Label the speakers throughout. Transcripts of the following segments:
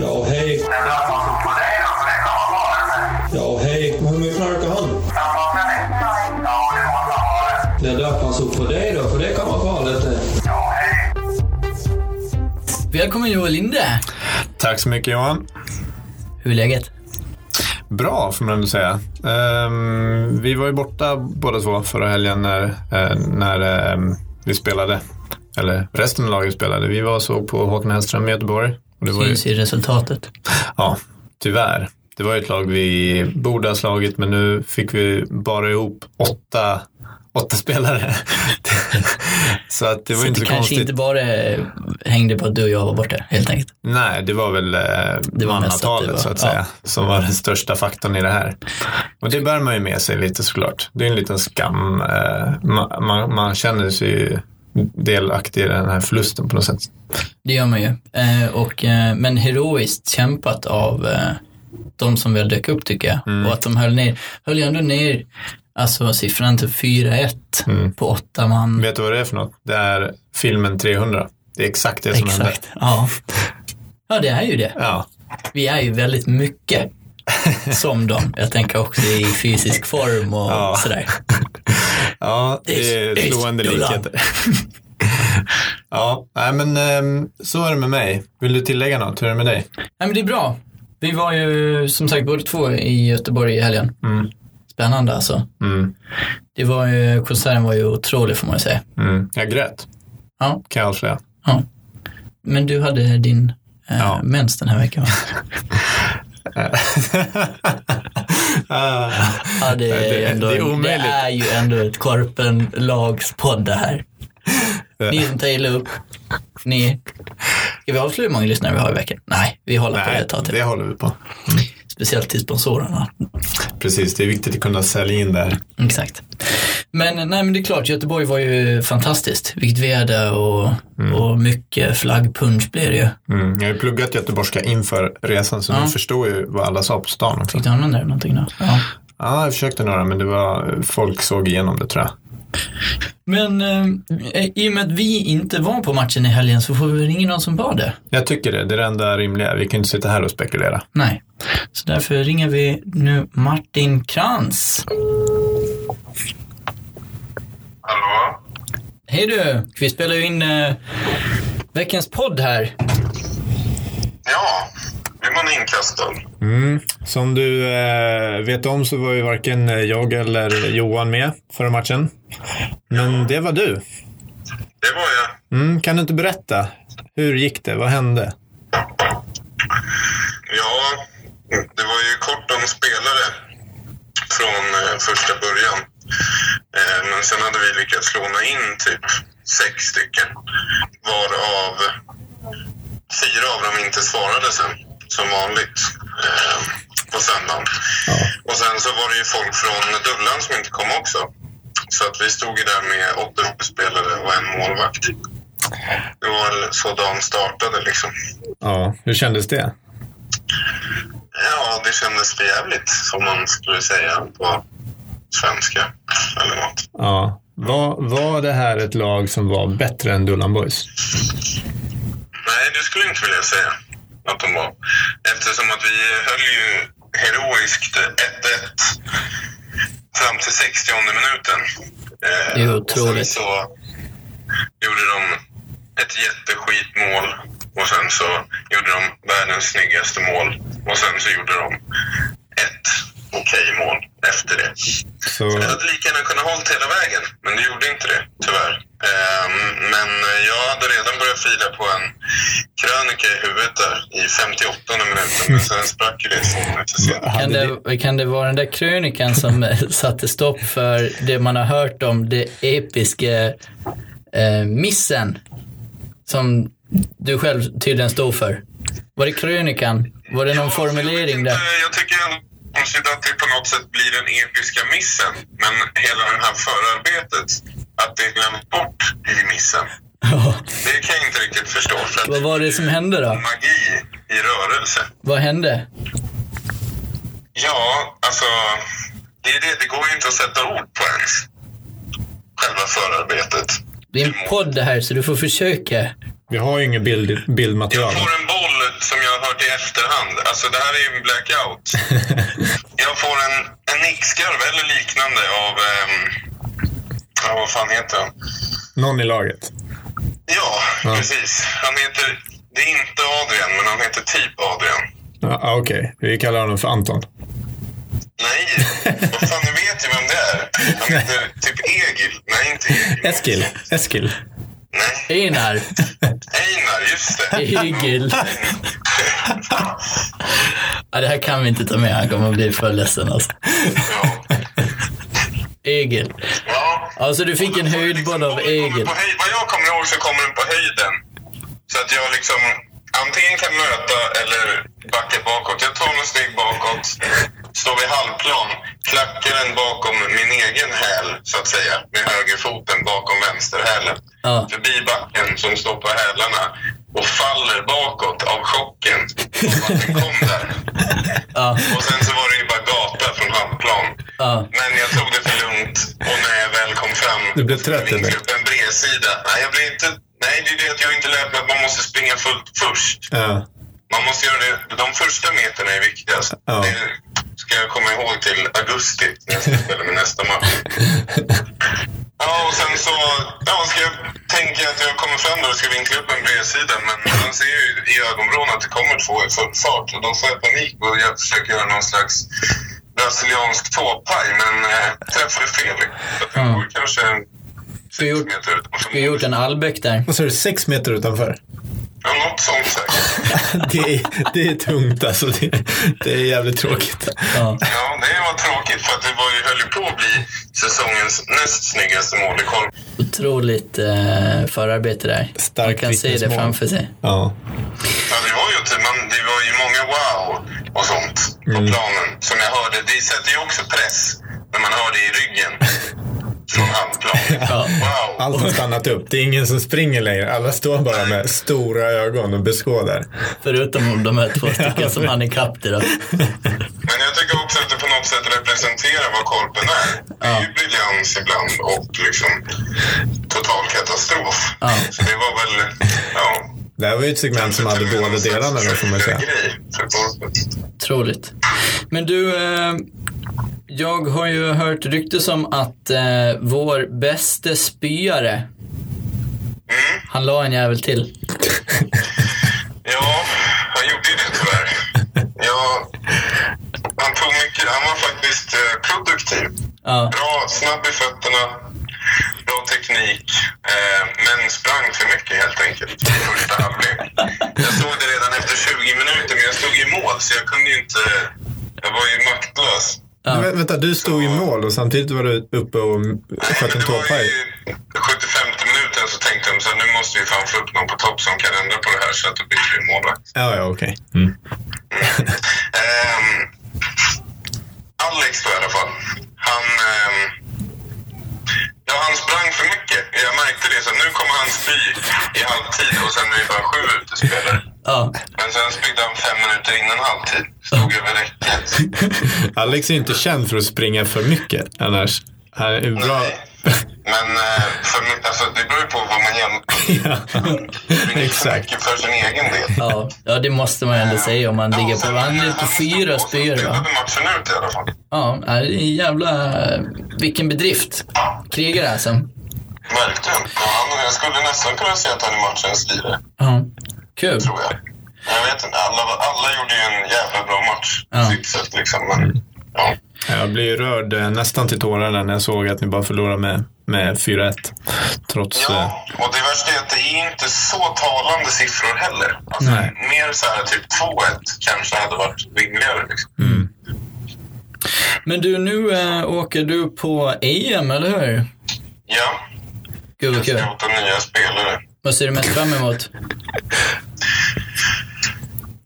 Speaker 1: Ja, hej.
Speaker 2: Den där som stod på dig då, som inte var kvar eller?
Speaker 1: Ja, hej. Hur mycket knarkar han?
Speaker 2: Han var fem. Ja, det var han var.
Speaker 1: Den där fanns upp på dig då, för det kan vara farligt. det.
Speaker 2: Ja, hej.
Speaker 3: Välkommen Joel Linde!
Speaker 4: Tack så mycket Johan.
Speaker 3: Hur är läget?
Speaker 4: Bra får man ändå säga. Ehm, vi var ju borta båda två förra helgen när, eh, när ehm, vi spelade. Eller resten av laget spelade. Vi var och såg på Håkan Hellström i Göteborg. Och det var ju,
Speaker 3: Syns i resultatet.
Speaker 4: ja, tyvärr. Det var ju ett lag vi borde ha slagit men nu fick vi bara ihop åtta, åtta spelare. så att det var
Speaker 3: Så
Speaker 4: inte
Speaker 3: det
Speaker 4: så
Speaker 3: kanske
Speaker 4: konstigt.
Speaker 3: inte bara eh, hängde på att du och jag var borta helt enkelt.
Speaker 4: Nej, det var väl eh,
Speaker 3: Det var mest att det var-
Speaker 4: manatalet så att
Speaker 3: ja.
Speaker 4: säga som var den största faktorn i det här. Och det bär man ju med sig lite såklart. Det är en liten skam. eh, Man, man, man känner sig ju delaktig i den här förlusten på något sätt.
Speaker 3: Det gör man ju. Eh, och, eh, men heroiskt kämpat av eh, de som väl dök upp tycker jag.
Speaker 4: Mm.
Speaker 3: Och att de höll ner, höll ju ändå ner alltså siffran till 4-1 på åtta man.
Speaker 4: Vet du vad Mm. det är för något? Det är filmen 300. Det är exakt det som hände.
Speaker 3: Exakt. Ja. ja, det är ju det.
Speaker 4: Ja,
Speaker 3: Vi är ju väldigt mycket som dem. Jag tänker också i fysisk form och
Speaker 4: Ja.
Speaker 3: sådär.
Speaker 4: ja det
Speaker 3: It's-
Speaker 4: är
Speaker 3: it's
Speaker 4: slående
Speaker 3: Dolan.
Speaker 4: likheter. ja, nej, men ehm, så är det med mig. Vill du tillägga något? Hur är det med dig?
Speaker 3: Nej, men det är bra. Vi var ju som sagt båda två i Göteborg i helgen.
Speaker 4: Mm.
Speaker 3: Spännande alltså.
Speaker 4: Mm,
Speaker 3: Det var ju, konserten var ju otrolig får man ju säga.
Speaker 4: mm. Jag grät,
Speaker 3: Ja,
Speaker 4: kan jag avslöja.
Speaker 3: ja. Men du hade din eh,
Speaker 4: Ja.
Speaker 3: mens den här veckan va?
Speaker 4: Ah.
Speaker 3: Ja, det, är
Speaker 4: det-
Speaker 3: ändå,
Speaker 4: det är omöjligt.
Speaker 3: Det är ju ändå ett korpenlagspodd det här. Ni som tar illa upp, ni. Ska vi avslöja hur många lyssnare vi har i veckan? Nej, vi håller på det
Speaker 4: Nej,
Speaker 3: ett tag till.
Speaker 4: det håller vi på.
Speaker 3: Speciellt till sponsorerna.
Speaker 4: Precis, det är viktigt att kunna sälja in där.
Speaker 3: Exakt. Men, nej, men det är klart, Göteborg var ju fantastiskt. Vilket väder och, och mycket flaggpunch blev det ju.
Speaker 4: Mm. Jag har ju pluggat göteborgska inför resan så
Speaker 3: Ja.
Speaker 4: nu förstår jag ju vad alla sa på stan också.
Speaker 3: Fick du använda det någonting då? Ja.
Speaker 4: Ja, jag försökte några men det var, folk såg igenom det tror jag.
Speaker 3: Men eh, i och med att vi inte var på matchen i helgen så får vi väl ingen någon som var det.
Speaker 4: Jag tycker det, det är det enda rimliga. Vi kan ju inte sitta här och spekulera.
Speaker 3: Nej. Så därför ringer vi nu Martin Krantz.
Speaker 2: Hallå?
Speaker 3: Hej du! Vi spelar ju in eh, veckans podd här.
Speaker 2: Ja, blir man inkastad?
Speaker 4: Som du eh, vet om så var ju varken eh, jag eller Johan med förra matchen. Men det var du.
Speaker 2: Det var jag.
Speaker 4: Mm, kan du inte berätta? Hur gick det? Vad hände?
Speaker 2: Ja, det var ju kort om spelare från eh, första början. Eh, men sen hade vi lyckats låna in typ sex stycken. Varav fyra av dem inte svarade sen, som vanligt, eh, på söndagen. Och sen så var det ju folk från Dullan som inte kom också. Så att vi stod ju där med åtta spelare och en målvakt. Det var väl så dagen startade liksom.
Speaker 4: Ja, hur kändes det?
Speaker 2: Ja, det kändes för jävligt som man skulle säga på svenska eller något.
Speaker 4: Ja. Var, var det här ett lag som var bättre än Dullan Boys?
Speaker 2: Nej, det skulle jag inte vilja säga att de var. Eftersom att vi höll ju heroiskt 1-1 fram till 60 minuten. Eh,
Speaker 3: Det är
Speaker 2: och sen
Speaker 3: otroligt.
Speaker 2: så gjorde de ett jätteskitmål och sen så gjorde de världens snyggaste mål och sen så gjorde de ett okej mål efter det.
Speaker 4: Så,
Speaker 2: Jag hade lika gärna kunnat hållit hela vägen, men det gjorde inte det, tyvärr. Ehm, Men jag hade redan börjat fila på en krönika i huvudet där i 58 minuten, men sen sprack ju det två minuter senare.
Speaker 3: Kan
Speaker 4: hade
Speaker 3: det, kan det vara den där krönikan som eh, satte stopp för det man har hört om, det episka eh, missen som du själv tydligen stod för? Var det krönikan? Var det någon
Speaker 2: Ja, jag
Speaker 3: formulering där?
Speaker 2: vet inte, Jag tycker ändå konstigt att det på något sätt blir den episka missen, men hela det här förarbetet, att det glöms bort i missen, det kan jag inte riktigt förstå. För att
Speaker 3: Vad var det som hände då?
Speaker 2: Magi i rörelse.
Speaker 3: Vad hände?
Speaker 2: Ja, alltså. Det, är det, det går ju inte att sätta ord på ens. Själva förarbetet.
Speaker 3: Det är en podd det här så du får försöka.
Speaker 4: vi har ju inget bild,
Speaker 2: Jag
Speaker 4: bildmaterial.
Speaker 2: får en boll som jag har hört i efterhand. Alltså det här är ju en blackout. jag får en, en nickskarv eller liknande av... ehm, ja, vad fan heter han?
Speaker 4: Någon i laget.
Speaker 2: Ja, precis. Han heter... Det är inte Adrian, men han heter typ Adrian.
Speaker 4: Ja, ah, Okej, vi kallar honom för Anton.
Speaker 2: Nej, vad fan, ni vet ju vem det är. Han heter typ Egil. Nej, inte Egil.
Speaker 4: Eskil. Eskil.
Speaker 2: Nej,
Speaker 3: Einar.
Speaker 2: Einar, just det.
Speaker 3: Egil. Ja, det här kan vi inte ta med. Han kommer bli för ledsen alltså.
Speaker 2: Ja.
Speaker 3: Egil.
Speaker 2: ja.
Speaker 3: Alltså du fick en höjdboll av
Speaker 2: bollen kommer
Speaker 3: Egil.
Speaker 2: på höj- Vad jag kommer ihåg så kommer den på höjden. Så att jag liksom antingen kan möta eller backa bakåt. Jag tar några steg bakåt, står vid halvplan, klackar den bakom min egen häl så att säga. Med högerfoten bakom vänsterhälen.
Speaker 3: Ja.
Speaker 2: Förbi backen som står på hälarna och faller bakåt av chocken. av Att den kom där.
Speaker 3: Ja,
Speaker 2: Och sen så var det ju bara gata från halvplan.
Speaker 3: ja.
Speaker 2: Men jag tog det för lugnt och när jag väl kom fram...
Speaker 4: Du blev trött, eller?
Speaker 2: ...vinklade upp en bredsida. Nej, jag blev inte... Nej, det är det att jag inte lärt mig att man måste springa fullt först.
Speaker 4: Ja.
Speaker 2: Man måste göra det... De första meterna är viktigast.
Speaker 4: Ja.
Speaker 2: Det ska jag komma ihåg till augusti när jag ska spela min nästa match. Ja, och sen så... Ja, ska jag tänker jag att jag kommer fram där och ska vinkla upp en bredsida. Men man ser ju i ögonvrån att det kommer två i full fart. Och då får jag panik och jag försöker göra någon slags brasiliansk tåpaj. Men eh, träffade fel. Så att jag
Speaker 3: Mm.
Speaker 2: går kanske en
Speaker 3: Du har gjort-
Speaker 2: meter utanför.
Speaker 3: Du har gjort en Albeck där.
Speaker 4: Och så är det sex meter utanför.
Speaker 2: Ja, något sånt säkert.
Speaker 4: Det är, det är tungt alltså. Det, det är jävligt tråkigt.
Speaker 3: Ja.
Speaker 2: Ja, det var tråkigt för att det var ju, höll ju på att bli säsongens näst snyggaste mål i korv.
Speaker 3: Otroligt eh, förarbete där. Man
Speaker 4: Starkt
Speaker 3: kan se det
Speaker 4: vittnesmål.
Speaker 3: framför sig.
Speaker 4: Ja.
Speaker 2: Ja, det var ju, typ- man, det var ju många wow och sånt på
Speaker 4: Mm.
Speaker 2: planen som jag hörde. Det sätter ju också press när man hör det i ryggen från halvplan.
Speaker 3: Ja.
Speaker 2: Wow!
Speaker 4: Allt har stannat upp. Det är ingen som springer längre. Alla står bara med stora ögon och beskådar.
Speaker 3: Förutom de här två stycken som han är kapp till då.
Speaker 2: Men jag tycker också att det på något sätt representerar vad korpen är. Det är ju briljans ibland och liksom total katastrof.
Speaker 3: Ja.
Speaker 2: Så det var väl, ja.
Speaker 4: Det här var ju ett segment som hade båda delarna då får man säga.
Speaker 2: Grej för korpen.
Speaker 3: Otroligt. Men du, eh, jag har ju hört ryktes om att eh, vår bäste spyare, han la en jävel till.
Speaker 2: Ja, han gjorde ju det tyvärr. Ja, han tog mycket. Han var faktiskt eh, produktiv.
Speaker 3: Ja,
Speaker 2: Bra, snabb i fötterna, bra teknik. Eh, men sprang för mycket helt enkelt i första halvlek. Jag såg det redan efter 20 minuter, men jag stod i mål så jag kunde ju inte... Jag var ju maktlös.
Speaker 3: Ja.
Speaker 4: Vä- vänta, du stod i mål och samtidigt var du uppe och sköt en
Speaker 2: det var
Speaker 4: tåpaj.
Speaker 2: ju 75 minuten så tänkte de så här, nu måste vi fan få upp någon på topp som kan ändra på det här så att det blir målvakt.
Speaker 4: Ja, ja, okej. Mm.
Speaker 2: Ehm, Alex då i alla fall. Han, ehm, ja, han sprang för mycket. Jag märkte det. Så nu kommer han spy i halvtid och sen är det bara sju utespelare.
Speaker 3: ja,
Speaker 2: Men sen spydde han fem minuter innan halvtid. Stod över räcket.
Speaker 4: Alex är ju inte känd för att springa för mycket annars. Han är ju bra.
Speaker 2: Nej. Men eh, för, mig- alltså, det beror ju på vad man jämför.
Speaker 4: ja,
Speaker 2: Det är för
Speaker 4: exakt.
Speaker 2: mycket för sin egen del.
Speaker 3: ja, ja, det måste man ändå säga om man ligger på, han ligger på fyra spyor va?
Speaker 2: spelade matchen ut i alla fall.
Speaker 3: Ja, det är en jävla, eh, vilken bedrift. Krigare alltså.
Speaker 2: Verkligen. Ja, han, jag skulle nästan kunna säga att han är matchens lirare.
Speaker 3: Ja, kul.
Speaker 2: tror jag. Jag vet inte, alla, alla gjorde ju en jävla bra match på
Speaker 3: Ja.
Speaker 2: sitt sätt liksom. Men, ja.
Speaker 4: Jag blev ju rörd eh, nästan till tårarna när jag såg att ni bara förlorade med, med 4-1. Trots... eh,
Speaker 2: ja, och det värsta är att det är inte så talande siffror heller. Alltså,
Speaker 4: Nej.
Speaker 2: mer så här typ 2-1 kanske hade varit rimligare. Liksom.
Speaker 3: Men du, nu eh, åker du på EM, eller hur?
Speaker 2: Ja,
Speaker 3: Gud vad kul.
Speaker 2: scouten nya spelare.
Speaker 3: Vad ser du mest fram emot?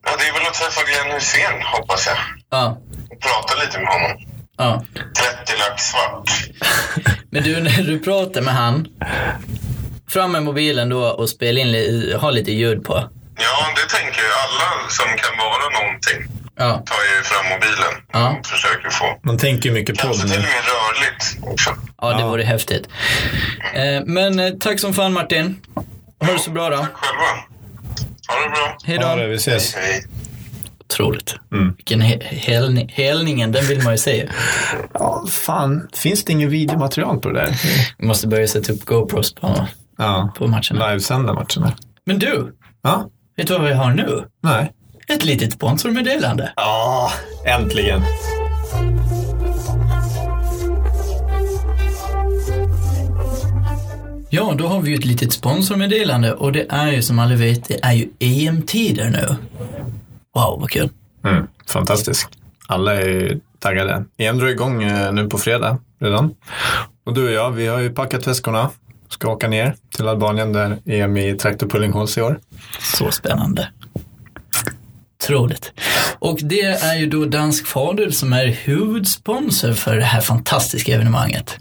Speaker 2: Ja, det är väl att träffa Glenn Hysén, hoppas jag.
Speaker 3: Ja,
Speaker 2: Och prata lite med honom.
Speaker 3: ja.
Speaker 2: 30 lax svart.
Speaker 3: Men du, när du pratar med han, fram med mobilen då och spela in, li- ha lite ljud på.
Speaker 2: Ja, det tänker jag. Alla som kan vara någonting
Speaker 3: Ja,
Speaker 2: tar ju fram mobilen
Speaker 3: Ja.
Speaker 2: och försöker få.
Speaker 4: Man tänker ju mycket
Speaker 2: Kanske
Speaker 4: podd
Speaker 2: till
Speaker 4: nu.
Speaker 2: och med rörligt också.
Speaker 3: ja det
Speaker 4: Ja.
Speaker 3: vore häftigt. Eh, Men eh, tack som fan Martin. Ha det så bra då.
Speaker 2: Själva? Ha det bra.
Speaker 3: Hej
Speaker 4: Ja, det, Mm.
Speaker 3: då.
Speaker 4: vi ses.
Speaker 2: Hej.
Speaker 3: Otroligt. Vilken he- helning, helningen, den vill man ju se.
Speaker 4: Ja, fan. Finns det ingen videomaterial på det där?
Speaker 3: Vi måste börja sätta upp GoPros på,
Speaker 4: Ja.
Speaker 3: på matcherna.
Speaker 4: Livesända matcherna.
Speaker 3: Men du,
Speaker 4: Ja.
Speaker 3: vet du vad vi har nu?
Speaker 4: Nej.
Speaker 3: Ett litet sponsormeddelande.
Speaker 4: Ja, äntligen.
Speaker 3: Ja, då har vi ju ett litet sponsormeddelande och det är ju som alla vet, det är ju EM-tider nu. Wow, vad kul.
Speaker 4: Mm, fantastisk. Alla är ju taggade. EM drar igång eh, nu på fredag redan. Och du och jag, vi har ju packat väskorna. Ska åka ner till Albanien där EM i Traktor Pulling hålls i år.
Speaker 3: Så spännande. Otroligt. Och det är ju då Dansk Fadel som är huvudsponsor för det här fantastiska evenemanget.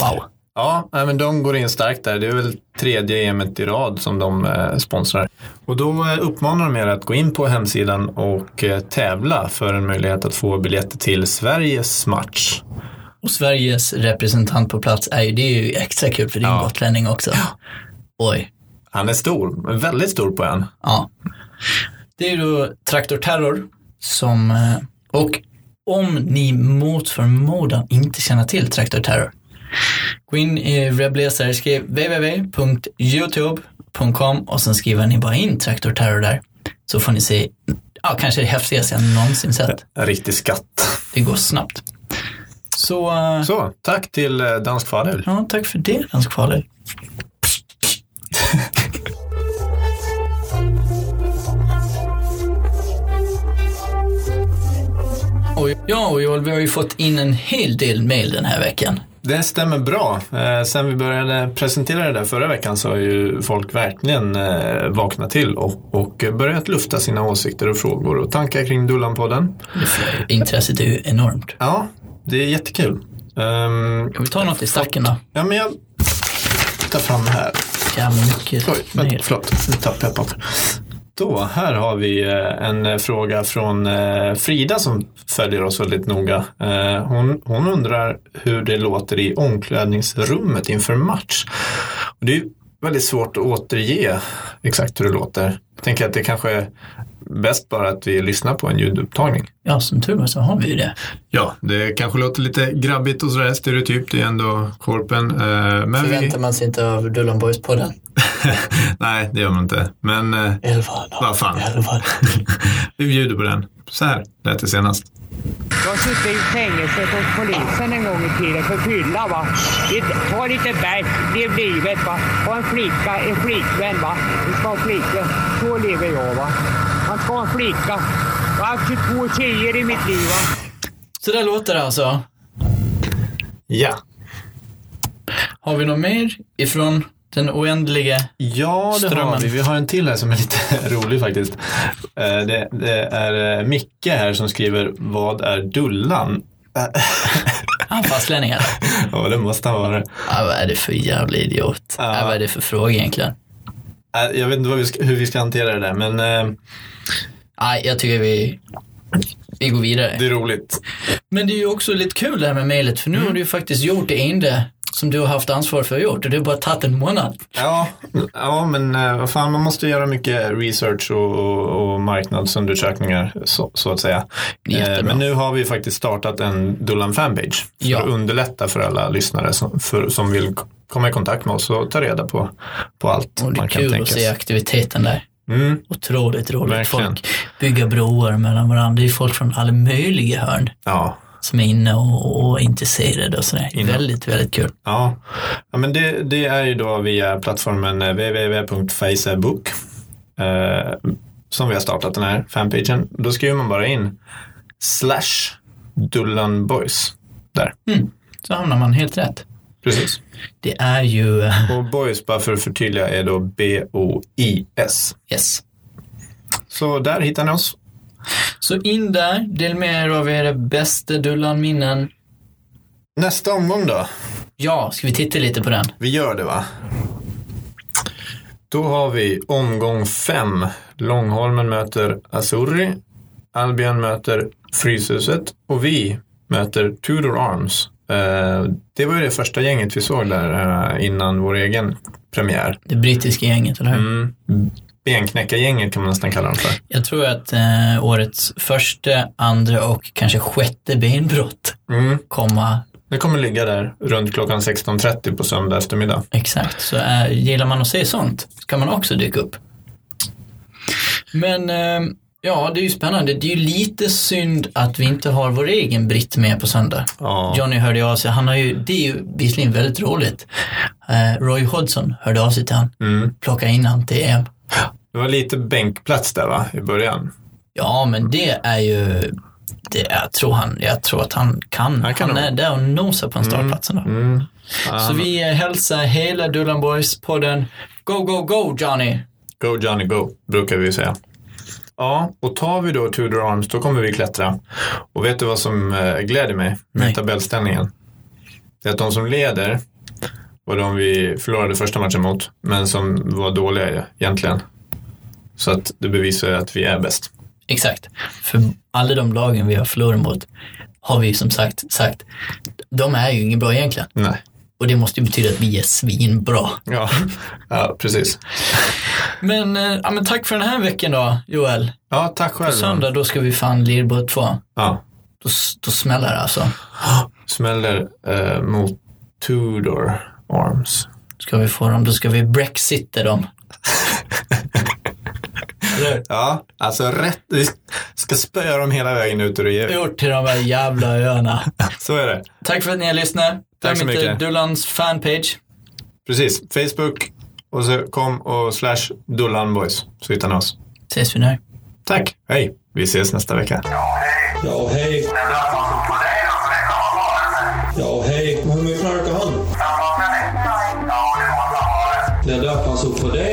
Speaker 3: Wow.
Speaker 4: Ja, nej, men de går in starkt där. Det är väl tredje EM i rad som de eh, sponsrar. Och då eh, uppmanar de er att gå in på hemsidan och eh, tävla för en möjlighet att få biljetter till Sveriges match.
Speaker 3: Och Sveriges representant på plats är ju, det är ju extra kul för din
Speaker 4: Ja.
Speaker 3: gotlänning också. Oj.
Speaker 4: Han är stor, väldigt stor på en.
Speaker 3: Ja. Det är ju då Traktor Terror som, eh, och om ni mot förmodan inte känner till Traktor Terror, gå in i webbläsare, skriv www.youtube.com och sen skriver ni bara in Traktor Terror där. Så får ni se, ja kanske det häftigaste jag någonsin sett.
Speaker 4: En riktig skatt.
Speaker 3: Det går snabbt. Så, eh,
Speaker 4: Så, tack till eh, Dansk Fadel.
Speaker 3: ja tack för det Dansk Kvaler. Och, ja, och Joel, vi har ju fått in en hel del mail den här veckan.
Speaker 4: Det stämmer bra. Eh, sen vi började presentera det där förra veckan så har ju folk verkligen eh, vaknat till och, och börjat lufta sina åsikter och frågor och tankar kring Dullanpodden.
Speaker 3: Intresset är ju enormt.
Speaker 4: Ja, det är jättekul. Ehm,
Speaker 3: Kan vi ta något i stacken då?
Speaker 4: ja, men jag tar fram det här.
Speaker 3: Jävla mycket
Speaker 4: Oj, vänta,
Speaker 3: mail.
Speaker 4: förlåt. Nu tappade jag papper. Då, här har vi eh, en eh, fråga från eh, Frida som följer oss väldigt noga. Eh, Hon, hon undrar hur det låter i omklädningsrummet inför match. Och Det är ju väldigt svårt att återge exakt hur det låter. Jag tänker att det kanske är bäst bara att vi lyssnar på en ljudupptagning.
Speaker 3: Ja, som tur var så har vi ju det.
Speaker 4: Ja, det kanske låter lite grabbigt och sådär stereotypt. Det är ändå korpen. eh, Men vi,
Speaker 3: Förväntar man sig inte av Dullan Boys-podden?
Speaker 4: nej, det gör man inte. Men eh,
Speaker 3: Elva, noll,
Speaker 4: Vad fan.
Speaker 3: elva.
Speaker 4: vi bjuder på den. Så här lät det senast.
Speaker 5: Jag sitter i fängelse hos polisen en gång i tiden för fylla. Va? Det- Ta lite bärs, lev livet. Va? Ha en flicka, en flickvän. Va? Du ska ha en flicka. Så lever jag. Va? Man ska ha en flicka. Jag har haft 22 tjejer i mitt liv. Va?
Speaker 3: Så där låter det alltså.
Speaker 4: Ja.
Speaker 3: Har vi något mer ifrån den oändlige?
Speaker 4: Ja, det har
Speaker 3: Strömmen.
Speaker 4: vi. Vi har en till här som är lite rolig faktiskt. Eh, Det, det är eh, Micke här som skriver Vad är Dullan?
Speaker 3: Han fastlänningar.
Speaker 4: Ja, det måste han vara.
Speaker 3: Ja, Ah, vad är det för jävla idiot?
Speaker 4: Ja.
Speaker 3: Ja. vad är det för fråga egentligen?
Speaker 4: Eh, Jag vet inte vad vi ska, hur vi ska hantera det där, men eh,
Speaker 3: Nej, Ah, jag tycker vi, vi går vidare.
Speaker 4: det är roligt.
Speaker 3: Men det är ju också lite kul det här med mejlet, för nu
Speaker 4: Mm.
Speaker 3: har du ju faktiskt gjort det enda som du har haft ansvar för att gjort och det har bara tagit en månad.
Speaker 4: Ja, ja men eh, vad fan, man måste göra mycket research och, och, och marknadsundersökningar så, så att säga.
Speaker 3: Jättebra.
Speaker 4: Eh, Men nu har vi faktiskt startat en Dullan fanpage för
Speaker 3: Ja.
Speaker 4: att underlätta för alla lyssnare som, för, som vill k- komma i kontakt med oss och ta reda på, på allt
Speaker 3: Och det är
Speaker 4: man kan
Speaker 3: kul att
Speaker 4: tänka
Speaker 3: se
Speaker 4: sig.
Speaker 3: aktiviteten där.
Speaker 4: Mm,
Speaker 3: Otroligt roligt.
Speaker 4: Verkligen.
Speaker 3: Folk bygger broar mellan varandra. Det är folk från alla möjliga hörn
Speaker 4: ja.
Speaker 3: som är inne och, och intresserade och sådär.
Speaker 4: Inne.
Speaker 3: Väldigt, väldigt kul.
Speaker 4: Ja. ja, men det, det är ju då via plattformen eh, www.facebook eh, som vi har startat den här fanpagen. Då skriver man bara in slash Dullan Boys där.
Speaker 3: Så hamnar man helt rätt.
Speaker 4: Precis.
Speaker 3: Det är ju, eh,
Speaker 4: Och Boys, bara för att förtydliga, är då B-O-I-S.
Speaker 3: yes.
Speaker 4: Så där hittar ni oss.
Speaker 3: Så in där, del med er av era bästa Dullan-minnen.
Speaker 4: Nästa omgång då?
Speaker 3: Ja, ska vi titta lite på den?
Speaker 4: Vi gör det va? Då har vi omgång fem. Långholmen möter Azurri. Albion möter Fryshuset. Och vi möter Tudor Arms. Eh, Det var ju det första gänget vi såg där eh, innan vår egen premiär.
Speaker 3: Det brittiska gänget, eller hur?
Speaker 4: Mm. benknäckargänget kan man nästan kalla dem för.
Speaker 3: Jag tror att eh, årets första, andra och kanske sjätte benbrott
Speaker 4: Mm.
Speaker 3: komma
Speaker 4: Det kommer ligga där runt klockan 16.30 på söndag eftermiddag.
Speaker 3: exakt. Så eh, gillar man att se sånt ska man också dyka upp. Men eh, ja, det är ju spännande. Det är ju lite synd att vi inte har vår egen Britt med på söndag.
Speaker 4: Ja.
Speaker 3: Johnny hörde av sig. Han har ju, det är ju visserligen väldigt roligt. Eh, Roy Hodgson hörde av sig till han.
Speaker 4: Mm.
Speaker 3: Plocka in han till EM.
Speaker 4: Det var lite bänkplats där va, i början.
Speaker 3: Ja, men det är ju... Det, jag, tror han, jag tror att han kan.
Speaker 4: Han kan nog.
Speaker 3: är där och nosar på en startplats. ändå.
Speaker 4: Mm.
Speaker 3: Så
Speaker 4: Um,
Speaker 3: vi eh, hälsar hela Dullanborgs-podden. Go, go, go Johnny!
Speaker 4: Go Johnny Go, brukar vi säga. Ja, och tar vi då Tudor Arms, då kommer vi klättra. Och vet du vad som eh, gläder mig med
Speaker 3: Nej.
Speaker 4: tabellställningen? Det är att de som leder var de vi förlorade första matchen mot, men som var dåliga ju, egentligen. Så att det bevisar ju att vi är bäst.
Speaker 3: Exakt. För alla de lagen vi har förlorat mot har vi som sagt sagt, de är ju inget bra egentligen.
Speaker 4: Nej.
Speaker 3: Och det måste ju betyda att vi är svinbra.
Speaker 4: Ja, ja precis.
Speaker 3: Men, eh, ja, men tack för den här veckan då, Joel.
Speaker 4: Ja, tack själv.
Speaker 3: Söndag då ska vi fan Lirbo 2.
Speaker 4: Ja,
Speaker 3: Då, s- då smäller det alltså.
Speaker 4: smäller eh, mot Tudor Arms.
Speaker 3: Ska vi få dem, då ska vi brexitta dem. Eller
Speaker 4: Ja, alltså rätt. Vi ska spöa dem hela vägen ut ur E EU.
Speaker 3: Gjort till de här jävla öarna.
Speaker 4: Så är det.
Speaker 3: Tack för att ni har lyssnat.
Speaker 4: Tack så
Speaker 3: Glöm inte
Speaker 4: mycket.
Speaker 3: Dullans fanpage.
Speaker 4: Precis. Facebook och så kom och slash Dullan Boys så hittar ni oss.
Speaker 3: Ses vi nu.
Speaker 4: Tack. Hej. Vi ses nästa vecka.
Speaker 1: Ja, hej. Ja, hej. Men hur mycket knarkar han? När döp han sopor dig